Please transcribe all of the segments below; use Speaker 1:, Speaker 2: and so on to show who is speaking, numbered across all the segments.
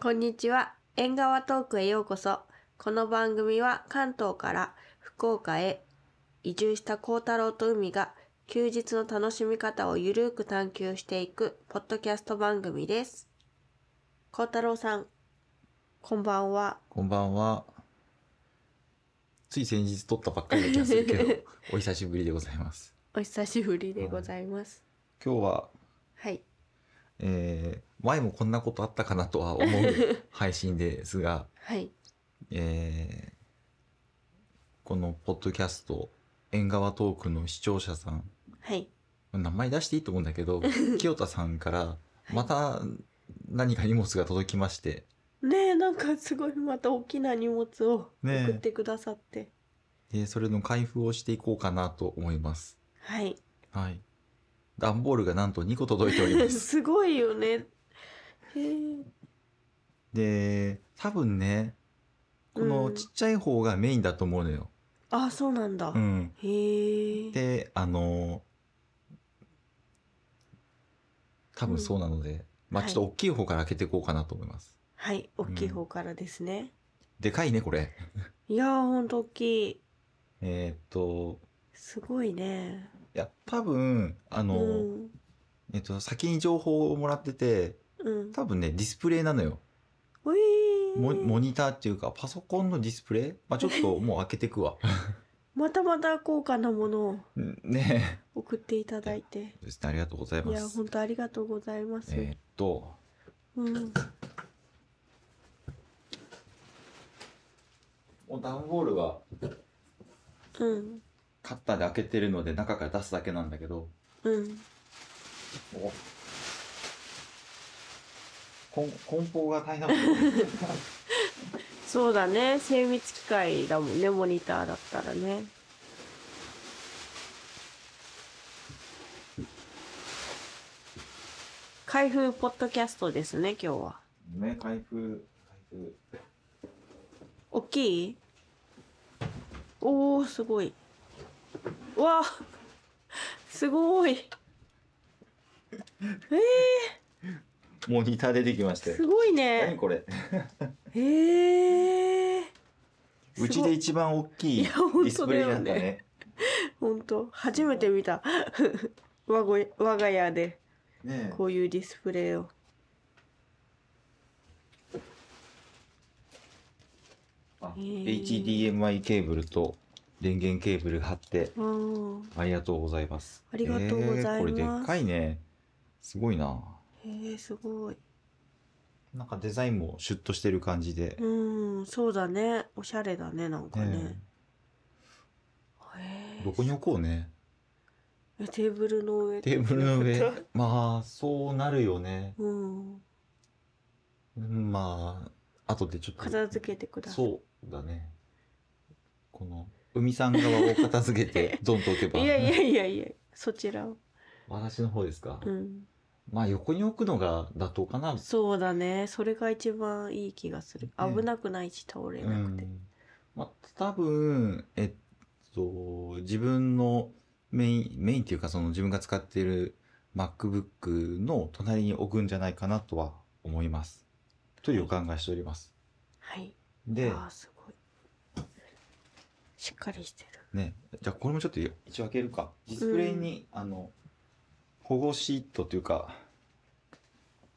Speaker 1: こんにちは。縁側トークへようこそ。この番組は関東から福岡へ移住した幸太郎と海が休日の楽しみ方をゆるーく探求していくポッドキャスト番組です。幸太郎さん、こんばんは。
Speaker 2: こんばんは。つい先日撮ったばっかりな気がするけ ど、お久しぶりでございます。
Speaker 1: お久しぶりでございます。
Speaker 2: 今日は、
Speaker 1: はい。
Speaker 2: えー、前もこんなことあったかなとは思う配信ですが、
Speaker 1: はい。
Speaker 2: えー、このポッドキャスト、縁側トークの視聴者さん、
Speaker 1: はい。
Speaker 2: 名前出していいと思うんだけ ど、清田さんから、また何か荷物が届きまして、
Speaker 1: ねえ、なんかすごいまた大きな荷物を
Speaker 2: ねえ
Speaker 1: 送ってくださって。
Speaker 2: で、それの開封をしていこうかなと思います。
Speaker 1: はい。
Speaker 2: はい。段ボールがなんと2個届いております。
Speaker 1: すごいよね。へえ。
Speaker 2: で、多分ね、こ
Speaker 1: う
Speaker 2: の
Speaker 1: ん
Speaker 2: ちっちゃい方がメインだと思うのよ。
Speaker 1: あ、そうなんだ。
Speaker 2: うん。
Speaker 1: へえ。
Speaker 2: で、あのー多分そうなので、まあ
Speaker 1: はい
Speaker 2: ちょっと大きい方から開けていこうかなと思います。
Speaker 1: はい、大きい方からですね。
Speaker 2: でかいね、これ。
Speaker 1: いやー、ほんと大きい。
Speaker 2: えーっと、
Speaker 1: すごいね。
Speaker 2: いや、多分、あ
Speaker 1: う
Speaker 2: のー
Speaker 1: ん。
Speaker 2: えっと、先に情報をもらってて、
Speaker 1: うん。
Speaker 2: 多分ね、ディスプレイなのよ。
Speaker 1: ういー
Speaker 2: モモニターっていうか、パソコンのディスプレイまあちょっともう開けてく わ。
Speaker 1: またまた高価なものを
Speaker 2: ね
Speaker 1: 送っていただいて。
Speaker 2: え。ですね、ありがとうござい
Speaker 1: い
Speaker 2: ま
Speaker 1: や、
Speaker 2: す
Speaker 1: ほ。んとありがとうございます。
Speaker 2: えーっと、
Speaker 1: うん。
Speaker 2: もう段ボールは
Speaker 1: うん。
Speaker 2: カッターで開けてるので中から出すだけなんだけど、
Speaker 1: うん。
Speaker 2: おこん梱包が大変なの
Speaker 1: そうだね。精密機械だもんね、モニターだったらね。開封ポッドキャストですね、今日は。
Speaker 2: ね、開封、開封。
Speaker 1: 大きいおー、すごい。うわあすごい。え
Speaker 2: モニター出てきまし
Speaker 1: ー、
Speaker 2: て
Speaker 1: す。ごい
Speaker 2: 何
Speaker 1: ね。
Speaker 2: これ
Speaker 1: えー。
Speaker 2: うちで一番大きい
Speaker 1: い
Speaker 2: デ
Speaker 1: や本当だよね
Speaker 2: ィスプレイだったね。
Speaker 1: 本当初めて見た。 我が家我が家で。
Speaker 2: ね
Speaker 1: こういうディスプレイを。
Speaker 2: あ
Speaker 1: へー
Speaker 2: HDMI ケーブルと電源ケーブル貼って、
Speaker 1: うん。
Speaker 2: ありがとうございます。
Speaker 1: ありがとうございます
Speaker 2: えーこれでっかいね。すごいな。
Speaker 1: へえすごい。
Speaker 2: なんかデザインもシュッとしてる感じで。
Speaker 1: うん、そうだね。おしゃれだね、なんかね
Speaker 2: ね。
Speaker 1: へえ
Speaker 2: どこに置こうね。
Speaker 1: えテーブルの上。
Speaker 2: テーブルの上。まあ、そうなるよね。
Speaker 1: うん。
Speaker 2: うんまあ、後でちょっと。
Speaker 1: 片付けてください。
Speaker 2: そうだね。この、海さん側を片付 けて、ドンと置けば。
Speaker 1: いやいやいやいや、そちらを。
Speaker 2: 私の方ですか。
Speaker 1: うん。
Speaker 2: まあ、横に置くのが妥当かな。
Speaker 1: そうだね。それが一番いい気がする。
Speaker 2: ね
Speaker 1: 危なくないし、倒れ
Speaker 2: う
Speaker 1: なくて。
Speaker 2: ん。まあ、多分、えっと、自分のメイン、メインっていうか、その自分が使っている MacBook の隣に置くんじゃないかなとは思います。というお考えしております。
Speaker 1: はい。
Speaker 2: で、
Speaker 1: ああ、すごい。しっかりしてる。
Speaker 2: ね、じゃあこれもちょっと一応開けるか。ディスプレイに、あの、保護シートというか、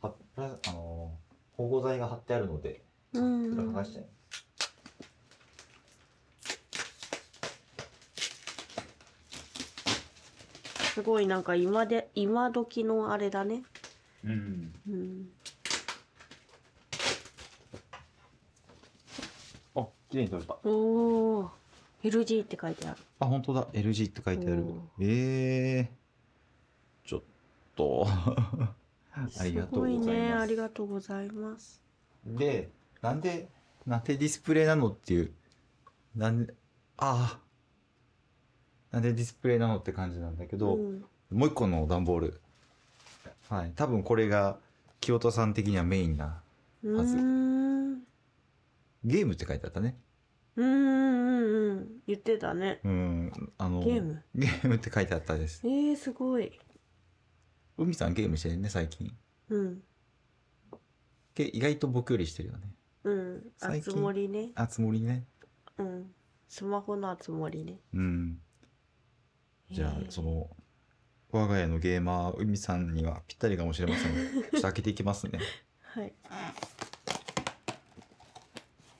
Speaker 2: はプラあの、保護剤が貼ってあるので、
Speaker 1: うん
Speaker 2: それ剥がしちゃいます。
Speaker 1: すごい、なんか今で、今時のあれだね。
Speaker 2: うん。
Speaker 1: うん。
Speaker 2: あ、綺麗に取れた。
Speaker 1: おお LG って書いてある
Speaker 2: あ、本当だ。LG って書いてある
Speaker 1: お。
Speaker 2: ええちょっと。ありがとうございます
Speaker 1: ごいねありがとうございます
Speaker 2: で、なんで、なんでディスプレイなのっていう。なんで、ああ。なんでディスプレイなのって感じなんだけど、
Speaker 1: うん
Speaker 2: もう一個の段ボール。はい。多分これが、清田さん的にはメインな。
Speaker 1: うーんうん
Speaker 2: ゲームって書いてあったね。
Speaker 1: うんうん言ってたね
Speaker 2: うん。あの、
Speaker 1: ゲーム
Speaker 2: ゲームって書いてあったです。
Speaker 1: えー、すごい
Speaker 2: 海さんゲームしてるね、最近。
Speaker 1: うん
Speaker 2: け意外と僕よりしてるよね。
Speaker 1: うん。あ
Speaker 2: 最
Speaker 1: つ
Speaker 2: 近
Speaker 1: 森ね。
Speaker 2: あつ森ね。
Speaker 1: うん。スマホのあつ森ね。
Speaker 2: うん。じゃ
Speaker 1: へ
Speaker 2: あ、
Speaker 1: ー
Speaker 2: そ。の、我が家のゲーマー、海さんにはぴったりかもしれません。ちょっと開けていきま すね。
Speaker 1: はい。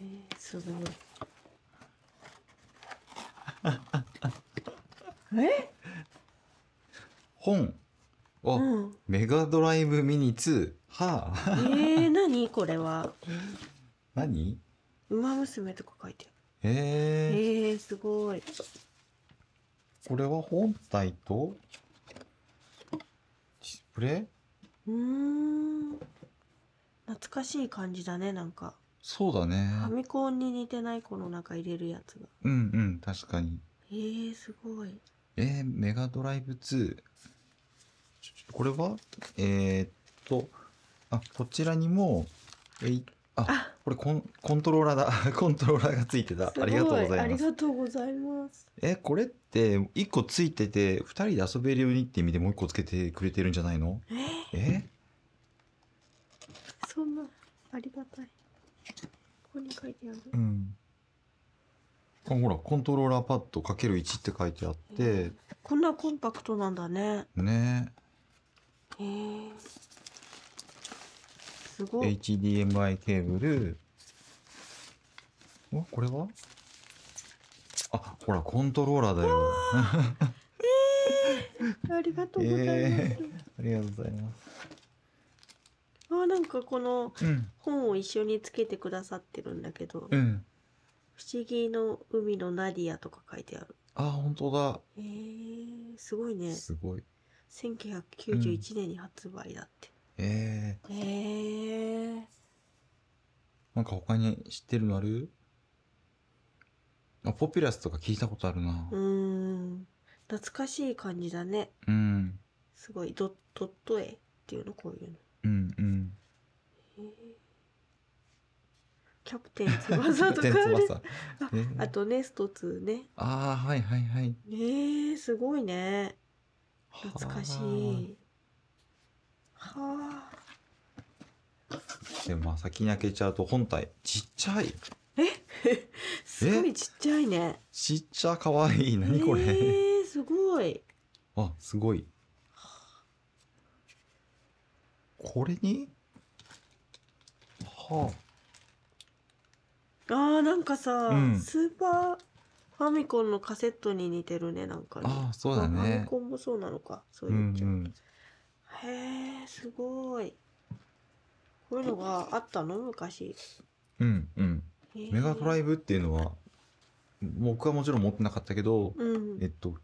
Speaker 1: えー、す ごい。え
Speaker 2: 本。あ、
Speaker 1: うん。
Speaker 2: メガドライブミニ2。は
Speaker 1: え
Speaker 2: あ。
Speaker 1: ー、何これは。
Speaker 2: 何
Speaker 1: ウマ娘とか書いてある。
Speaker 2: えー、
Speaker 1: えー、すごい。
Speaker 2: これは本体と、ディスプレイ
Speaker 1: うーん。懐かしい感じだね、なんか。
Speaker 2: そうだね。
Speaker 1: ファミコンに似てないこの中入れるやつが。
Speaker 2: うんうん、確かに。
Speaker 1: えー、すごい。
Speaker 2: えー、メガドライブ2。ちょちょこれはえー、っと、あ、こちらにも、えい、あ
Speaker 1: あ、
Speaker 2: これコンコントローラーだ。 コントローラーがついてた。ありがとうござ
Speaker 1: あ
Speaker 2: い
Speaker 1: り
Speaker 2: ます。
Speaker 1: がとうございます。
Speaker 2: え、これって、1個ついてて、2人で遊べるようにって意味でもう1個つけてくれてるんじゃないの
Speaker 1: えー、
Speaker 2: え
Speaker 1: そんな、ありがたい。ここに書いてある。
Speaker 2: うん。あほら、コントローラーパッド ×1 って書いてあって、
Speaker 1: こんなコンパクトなんだね。
Speaker 2: ね、
Speaker 1: えー、すごい。
Speaker 2: HDMI ケーブル。おこれはあ、ほら、コントローラーだよ。
Speaker 1: ありがとうございます。
Speaker 2: えありがとうございま
Speaker 1: あ、なんかこの
Speaker 2: す。うん。
Speaker 1: 本を一緒につけてくださってるんだけど、
Speaker 2: うん。
Speaker 1: 不思議の海のナディアとか書いてある。
Speaker 2: あ、本当
Speaker 1: えー、すごい
Speaker 2: だ。
Speaker 1: ね。
Speaker 2: すごい。
Speaker 1: 1991年に発売だって。
Speaker 2: えー、
Speaker 1: へえー。
Speaker 2: なんか他に知ってるのあるあ、ポピュラスとか聞いたことあるな
Speaker 1: う。ーん。懐かしい感じだね。
Speaker 2: うん。
Speaker 1: すごい。ドドット絵っていうのこういうの。
Speaker 2: うん、うん。
Speaker 1: へーキャプテン翼とか
Speaker 2: 天
Speaker 1: ある。
Speaker 2: 翼。えー
Speaker 1: あとネスト2ね。
Speaker 2: ああ、はいはいはい。
Speaker 1: ねえすごいね。懐かしい。はあ。
Speaker 2: はー。でもまあ先に開けちゃうと本体ちっちゃい。
Speaker 1: すごいちっちゃいね。
Speaker 2: ちっちゃかわいい。何これ。
Speaker 1: えー、すごい。
Speaker 2: あ、すごい。これには
Speaker 1: あーなんかさ、
Speaker 2: うん
Speaker 1: スーパーファミコンのカセットに似てるねなんか
Speaker 2: あ、
Speaker 1: ね。
Speaker 2: ああ、そうだ
Speaker 1: まあファミ
Speaker 2: ね。
Speaker 1: コンもそうなのか。そう
Speaker 2: う
Speaker 1: い
Speaker 2: ん
Speaker 1: う
Speaker 2: う
Speaker 1: ちゃ
Speaker 2: ん。
Speaker 1: へえ、すごい。こういうのがあったの昔。
Speaker 2: うんうん。メガドラ
Speaker 1: イ
Speaker 2: イブっていうのは、僕はもちろん持ってなかったけど、
Speaker 1: うん
Speaker 2: え。っと、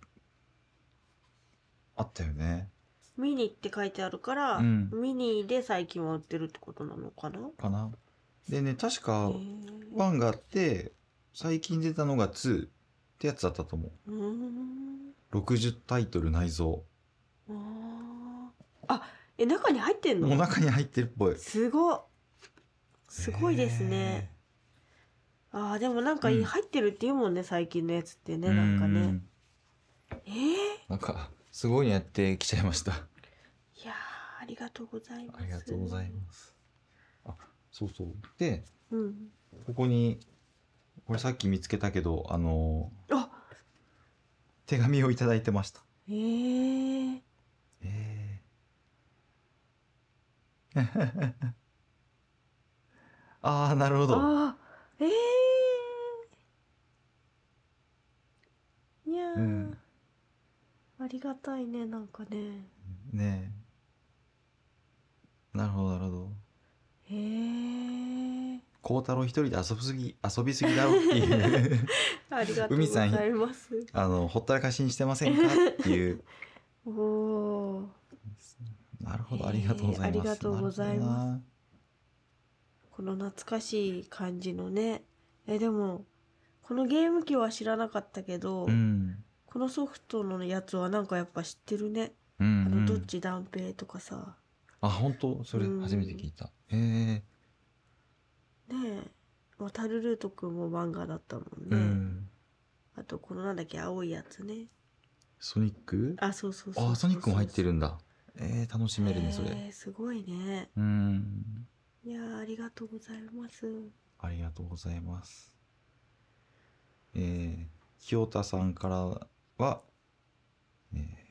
Speaker 2: あったよね。
Speaker 1: ミニって書いてあるから、
Speaker 2: うん
Speaker 1: ミニで最近は売ってるってことなのかな
Speaker 2: かな。でね、確
Speaker 1: へ
Speaker 2: か、
Speaker 1: ー
Speaker 2: 1があって、最近出たのが2ってやつだったと思
Speaker 1: うーん。
Speaker 2: う。60タイトル内蔵。
Speaker 1: あーあ、え、中に入ってん
Speaker 2: お
Speaker 1: の
Speaker 2: 腹に入ってるっぽい。
Speaker 1: すごっすごいですね。ああ、でもなんかいい
Speaker 2: うん
Speaker 1: 入ってるって言うもんね、最近のやつって
Speaker 2: え
Speaker 1: ね、
Speaker 2: ー。
Speaker 1: なんか
Speaker 2: う
Speaker 1: ね。
Speaker 2: ん
Speaker 1: えー、
Speaker 2: なんか、すごいのやってきちゃいました。
Speaker 1: いやーありがとうございます。
Speaker 2: ありがとうございます。あ、そうそう。で、
Speaker 1: す。うん。
Speaker 2: ここに、これさっき見つけたけど、あの
Speaker 1: あ
Speaker 2: ー手紙をいただいてました。
Speaker 1: えー、
Speaker 2: えーああ、なるほど。
Speaker 1: あーえー、いやー、
Speaker 2: うん
Speaker 1: ありがたいねなんかね
Speaker 2: ねえ。なるほど、なるほど。
Speaker 1: へえー、
Speaker 2: 孝太郎一人で遊びすぎ、遊びすぎだろっ ていう、
Speaker 1: ありがとうございます
Speaker 2: あの、ほったらかしにしてませんかっていう。
Speaker 1: おお
Speaker 2: なるほど、ありがとうございます。
Speaker 1: えーありがとうございます
Speaker 2: なるほどな
Speaker 1: ーこの懐かしい感じのねえでもこのゲーム機は知らなかったけど、
Speaker 2: うん。
Speaker 1: このソフトのやつはなんかやっぱ知ってるね、
Speaker 2: うん、
Speaker 1: あ
Speaker 2: う
Speaker 1: の
Speaker 2: ん。
Speaker 1: どっち断平とかさ
Speaker 2: あ、本当それ
Speaker 1: うん
Speaker 2: 初めて聞いた。へえ
Speaker 1: ねえ渡るルートくんも漫画だったもんね、
Speaker 2: うん。
Speaker 1: あとこのなんだっけ青いやつね
Speaker 2: ソニック
Speaker 1: あそうそうそう
Speaker 2: あ、ソニックも入って
Speaker 1: る
Speaker 2: るんだ。えー、楽しめるね、それ。
Speaker 1: すごいね
Speaker 2: うん。
Speaker 1: いやーありがとうございます。
Speaker 2: ありがとうございます。えー、清田さんからは、えー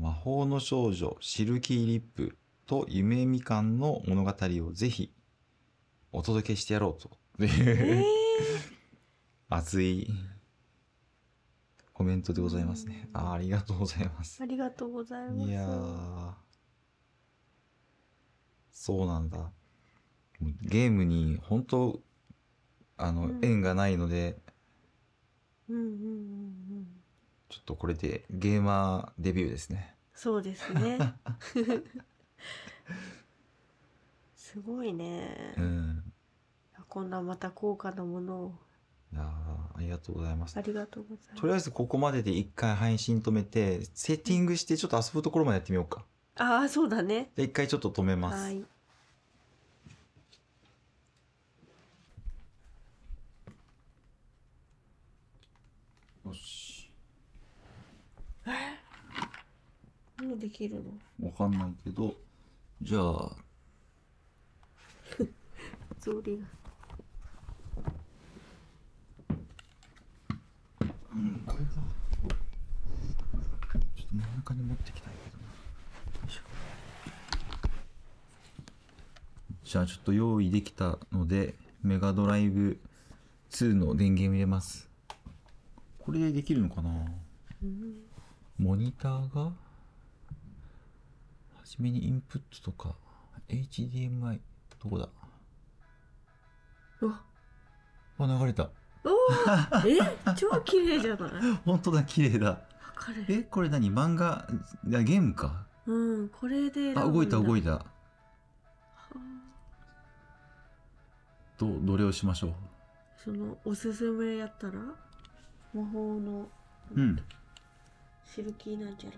Speaker 2: 魔法の少女シルキーリップと夢みかんの物語をぜひお届けしてやろうと。と
Speaker 1: え
Speaker 2: い
Speaker 1: ー
Speaker 2: う熱いコメントでございますね。あーありがとうございます
Speaker 1: あ。りがとうございます。
Speaker 2: いやーそうなんだもうゲームに本当あの、
Speaker 1: うん
Speaker 2: 縁がないので
Speaker 1: うんうんうんうん。
Speaker 2: ちょっとこれでゲーマーデビューですね
Speaker 1: そうです ね。すごいね
Speaker 2: う。ん
Speaker 1: こんなまた高価なものを
Speaker 2: いやーありがとうございます
Speaker 1: ありがとうございます。
Speaker 2: とりあえずここまでで一回配信止めてセッティングしてちょっと遊ぶところまでやってみようか
Speaker 1: ああそうだね。
Speaker 2: で一回ちょっと止めます
Speaker 1: はい。
Speaker 2: よし
Speaker 1: もうできるの。
Speaker 2: わかんないけどじゃあ
Speaker 1: 草履が。
Speaker 2: うん、これか。ちょっと真ん中に持ってきたいけどな。よいしょじゃあちょっと用意できたので、メガドライブ2の電源を入れます。これでできるのかな
Speaker 1: うん
Speaker 2: モニターが初めにインプットとか、HDMI、どこだ
Speaker 1: うわ。
Speaker 2: あ、流れた。
Speaker 1: おお。え 超綺麗じゃない。わ
Speaker 2: 本当だ、綺麗だ。
Speaker 1: かる。
Speaker 2: え、これ何漫画、いやゲームか。
Speaker 1: うんこれで選ぶ
Speaker 2: あ、
Speaker 1: んだ。
Speaker 2: 動いた動い
Speaker 1: た。
Speaker 2: た。どどれをしましょう
Speaker 1: そのおすすめやったら魔法の
Speaker 2: うん
Speaker 1: シルキーなんちゃら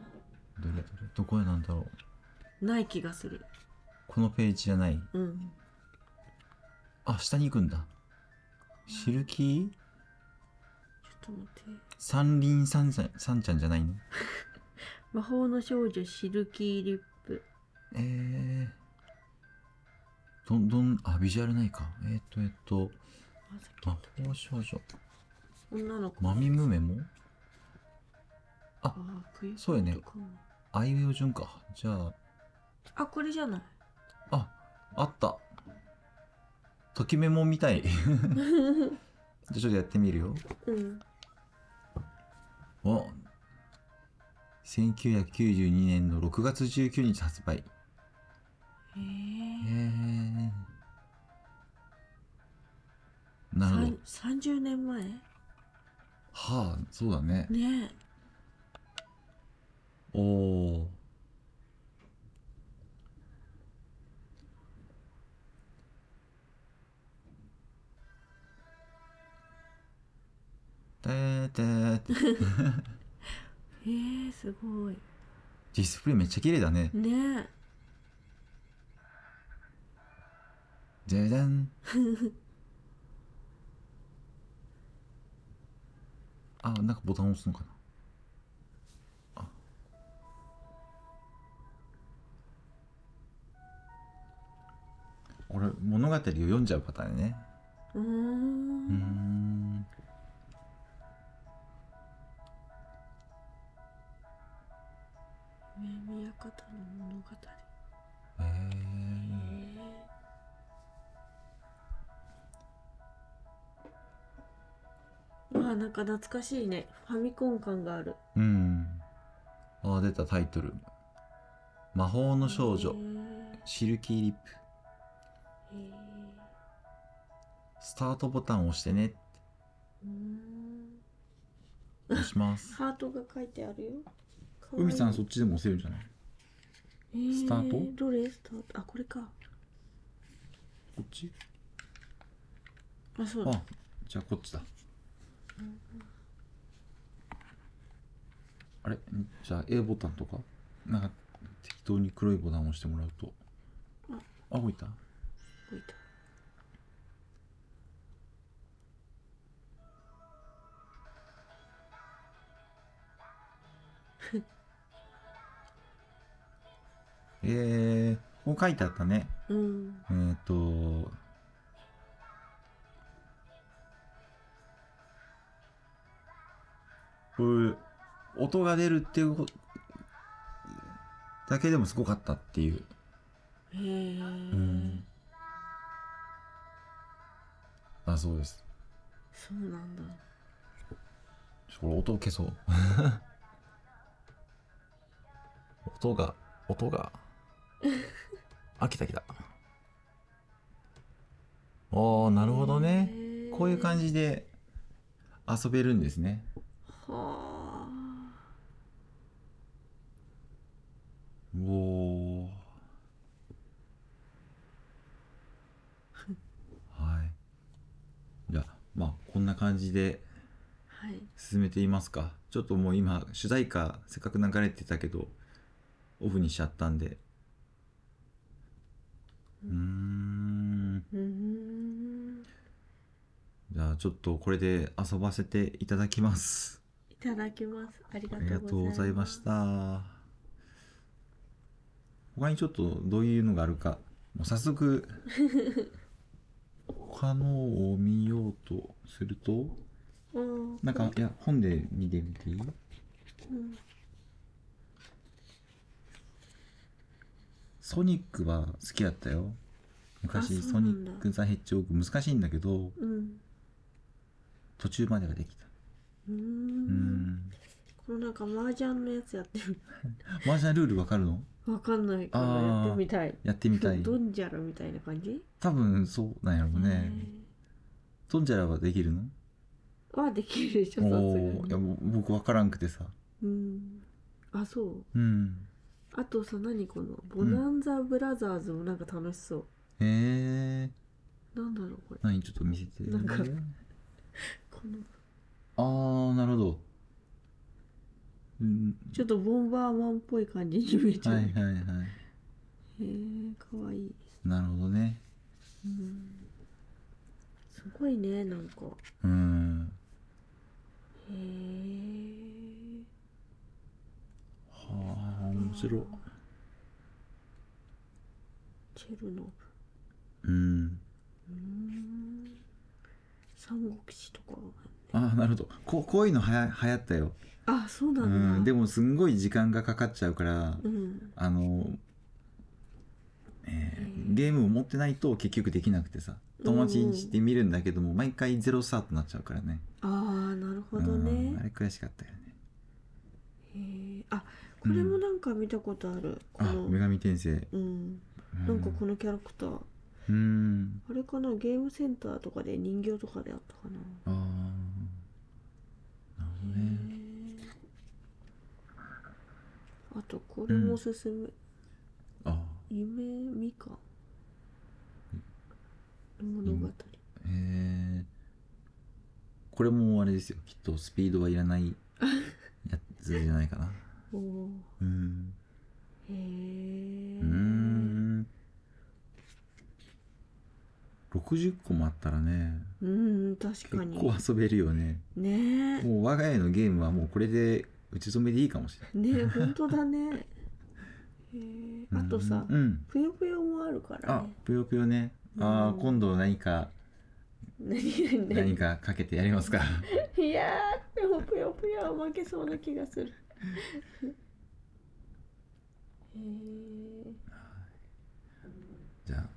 Speaker 2: どれどれどこへなんだろう
Speaker 1: ない気がする。
Speaker 2: このページじゃない
Speaker 1: うん。
Speaker 2: あ下に行くんだシルキ
Speaker 1: ち
Speaker 2: ー
Speaker 1: ょっと待って。
Speaker 2: 三輪三ちゃん三ちゃんじゃないの
Speaker 1: 魔法の少女シルキーリップ。
Speaker 2: えー、どんどんあビジュアルないかえっ、とえっ、と
Speaker 1: あさっき
Speaker 2: 魔法少女
Speaker 1: 女の子。
Speaker 2: マミムメも
Speaker 1: ああ冬
Speaker 2: そうやね
Speaker 1: とかも
Speaker 2: あいうえお順かじゃあ
Speaker 1: あこれじゃない。
Speaker 2: ああったときメモみたいじゃあちょっとやってみるよ
Speaker 1: うん。
Speaker 2: お1992年の6月19日発売。
Speaker 1: へ
Speaker 2: へ
Speaker 1: え。
Speaker 2: ーなるほど。
Speaker 1: 三十年前。
Speaker 2: はあ、そうだね。
Speaker 1: ねえ。
Speaker 2: おお。てーてーて
Speaker 1: えー、すごい。
Speaker 2: ディスプレイめっちゃ綺麗だね。
Speaker 1: ね
Speaker 2: でで ん。あ、なんかボタン押すのかな。あ。俺、物語を読んじゃうパターンね。
Speaker 1: え。うー
Speaker 2: うー
Speaker 1: ん。
Speaker 2: ん。
Speaker 1: 耳館の物語。え
Speaker 2: えー
Speaker 1: ー、まあ、なんか懐かしいね。ファミコン感がある。
Speaker 2: うん。あ、出たタイトル。魔法の少
Speaker 1: へ
Speaker 2: 女、
Speaker 1: ー
Speaker 2: シルキーリップ。
Speaker 1: えー
Speaker 2: スタートボタンを押してね。
Speaker 1: うーん
Speaker 2: 押し ます。
Speaker 1: ハートが書いてあるよ。かわいい
Speaker 2: 海さん、そっちでも押せるんじゃない
Speaker 1: えー
Speaker 2: スタート
Speaker 1: どれスタートあ、これか。
Speaker 2: こっち
Speaker 1: あ、そうだ。
Speaker 2: あじゃあこっちだあれじゃあ A ボタンとかなんか適当に黒いボタンを押してもらうと
Speaker 1: うん
Speaker 2: あ動いた
Speaker 1: 動いた。
Speaker 2: えー、こう書いてあったね。
Speaker 1: うん。
Speaker 2: えっ、と、こういう音が出るっていうことだけでもすごかったっていう。
Speaker 1: へ
Speaker 2: う
Speaker 1: え
Speaker 2: ん。だそうです。
Speaker 1: そうなんだ。
Speaker 2: ちょこれ音を消そう。音が、音が。あ、来た来た。おー、な
Speaker 1: な
Speaker 2: るほどね。。こういう感じで遊べるんですね。
Speaker 1: はあ。
Speaker 2: おー。はい。じゃあ、まあ、こんな感じで
Speaker 1: はい。
Speaker 2: 進めていますか。ちょっともう今、主題歌、せっかく流れてたけど、オフにしちゃったんで。うーん。
Speaker 1: うーん。
Speaker 2: じゃあ、ちょっとこれで遊ばせていただきます。
Speaker 1: いただきます。あり
Speaker 2: ありが
Speaker 1: が
Speaker 2: と
Speaker 1: と
Speaker 2: う
Speaker 1: う
Speaker 2: ご
Speaker 1: ご
Speaker 2: ざ
Speaker 1: ざ
Speaker 2: い
Speaker 1: い
Speaker 2: ま
Speaker 1: ま
Speaker 2: し
Speaker 1: す。
Speaker 2: た。他にちょっとどういうのがあるか、もう早速、他のを見ようとすると、
Speaker 1: うん。
Speaker 2: なんか、いや、本で見てみていい
Speaker 1: うん。
Speaker 2: ソニックは好きだったよ。昔、
Speaker 1: あそ
Speaker 2: ソ
Speaker 1: うな
Speaker 2: ニ
Speaker 1: んだ
Speaker 2: ック・ザ・ヘッジホッグ難しいんだけど、
Speaker 1: うん。
Speaker 2: 途中まではできた。
Speaker 1: うー。
Speaker 2: うんん。
Speaker 1: このなんか麻雀のやつやってる。
Speaker 2: マージャンルールわかるの
Speaker 1: わかんないから
Speaker 2: あー
Speaker 1: やってみたい。
Speaker 2: やってみたい。
Speaker 1: ドンジャラみたいな感じ
Speaker 2: 多分そうなんやろうね。ドンジャラはできるの
Speaker 1: えーはできるでしょ、さすが
Speaker 2: おーいや
Speaker 1: に。
Speaker 2: ぼ僕わからんくてさ。
Speaker 1: うん。あ、そう。
Speaker 2: うん。
Speaker 1: あとさ、何この、ボナンザブラザーズもなんか楽しそう。
Speaker 2: へえ。
Speaker 1: なんだろう、これ。
Speaker 2: 何ちょっと見せて。
Speaker 1: なんかこの
Speaker 2: あー、なるほど。うん。
Speaker 1: ちょっとボンバーマンっぽい感じに見えちゃう。
Speaker 2: はい
Speaker 1: へ
Speaker 2: はいはい。
Speaker 1: え、かわいい。
Speaker 2: なるほどね。
Speaker 1: うん。すごいね、なんか。
Speaker 2: うん。
Speaker 1: へえ。
Speaker 2: はあ、面白い。
Speaker 1: チェルノブ。
Speaker 2: うん。
Speaker 1: うーん。三国志とかわかんない。
Speaker 2: あー、なるほど。ここういうのはや流行ったよ。
Speaker 1: あ、そう
Speaker 2: う
Speaker 1: なんだ。
Speaker 2: ん。で
Speaker 1: も。
Speaker 2: も、すんごい時間がかかっちゃうから、
Speaker 1: うん。
Speaker 2: あの、えーゲームを持ってないと結局できなくてさ友達にして見るんだけども、毎回ゼロスタートになっちゃうからね
Speaker 1: ああ、なるほど
Speaker 2: うんあ
Speaker 1: ね。
Speaker 2: れ悔しかったよね
Speaker 1: へえ。あ、これもなんか見たことある。こ
Speaker 2: あ女
Speaker 1: の。
Speaker 2: 神転生
Speaker 1: うん。なんかこのキャラクター。
Speaker 2: うん
Speaker 1: あれかな、ゲームセンターとかで人形とかであったかな。
Speaker 2: ああなるほどね
Speaker 1: へーあとこれもおすすめ、
Speaker 2: あ
Speaker 1: 夢みかん物語
Speaker 2: へえこれもあれですよきっとスピードはいらないやつじゃないかな
Speaker 1: おお
Speaker 2: うん
Speaker 1: へえ
Speaker 2: うーん60個もあったらね
Speaker 1: うん確
Speaker 2: 結
Speaker 1: かに
Speaker 2: 構遊べるよね
Speaker 1: ねえ
Speaker 2: もう我が家のゲームはもうこれで打ち染めでいいかもしれない
Speaker 1: ねえ本当だ ねへえ あとさ
Speaker 2: うん
Speaker 1: ぷよぷよもあるか
Speaker 2: あ
Speaker 1: らね
Speaker 2: ぷよぷよねああ
Speaker 1: うん
Speaker 2: 今度何か
Speaker 1: 何
Speaker 2: 何
Speaker 1: 何
Speaker 2: かかけてやりますか
Speaker 1: いやーでもぷよぷよは負けそうな気がす るへえ
Speaker 2: じゃあ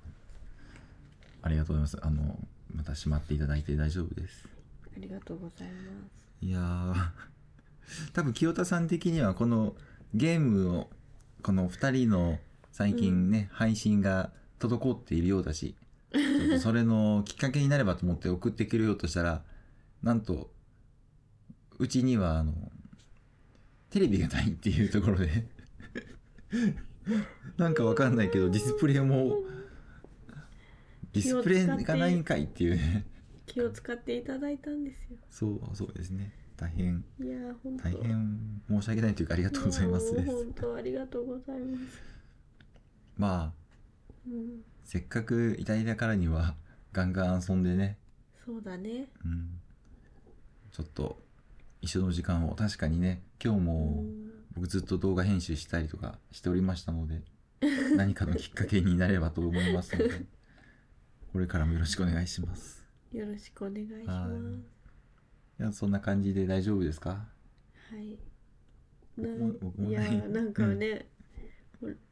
Speaker 2: ありがとうございますあのまた閉まっていただいて大丈夫です
Speaker 1: ありがとうございます。
Speaker 2: いやー 多分清田さん的にはこのゲームをこの2人の最近ね、配信が滞っているようだしちょっとそれのきっかけになればと思って送ってくれようとしたらなんとうちにはあのテレビがないっていうところで なんかわかんないけどディスプレイもディスプレイがないんかいっていうね
Speaker 1: 気を使っていただいたんですよ。
Speaker 2: そうそうですね大変。
Speaker 1: いやー、本当。
Speaker 2: 大変申し訳ないというかありがとうございます
Speaker 1: や
Speaker 2: で
Speaker 1: ー
Speaker 2: す
Speaker 1: もう本当ありがとうございます。
Speaker 2: まあ
Speaker 1: うん、
Speaker 2: せっかくイタリアからにはガンガン遊んでね、
Speaker 1: そうだね。
Speaker 2: うん、ちょっと一緒の時間を確かにね今日
Speaker 1: う
Speaker 2: も
Speaker 1: ん
Speaker 2: 僕ずっと動画編集したりとかしておりましたので何かのきっかけになればと思いま すので、これからもよろしくお願いします。
Speaker 1: よろしくお願いします。
Speaker 2: いや、そんな感じで大丈夫ですか
Speaker 1: はい。な
Speaker 2: 僕も僕も
Speaker 1: いや
Speaker 2: ない
Speaker 1: ーなんかね、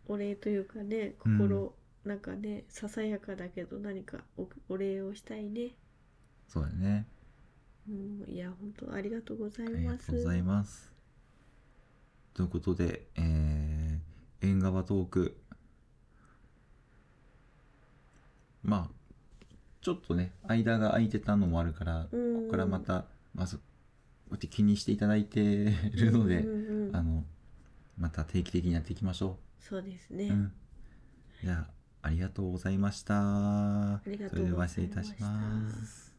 Speaker 1: おお礼というかね心、
Speaker 2: うん
Speaker 1: なんかねささやかだけど何かおお礼をしたいね。
Speaker 2: そうだね。
Speaker 1: うん、いや本当ありがとうござい
Speaker 2: ありが
Speaker 1: ま
Speaker 2: と
Speaker 1: す。
Speaker 2: うございます。ということで、えー、縁側トーク。まあ、ちょっとね、間が空いてたのもあるから、こ
Speaker 1: うん
Speaker 2: こからまた、まず、こうやって気にしていただいてるので、
Speaker 1: うんうん
Speaker 2: あの、また定期的にやっていきましょ
Speaker 1: そうですね。
Speaker 2: う。うん。じゃあ、ありがとうございました。あ
Speaker 1: りがとうございました
Speaker 2: それでは失礼いたします。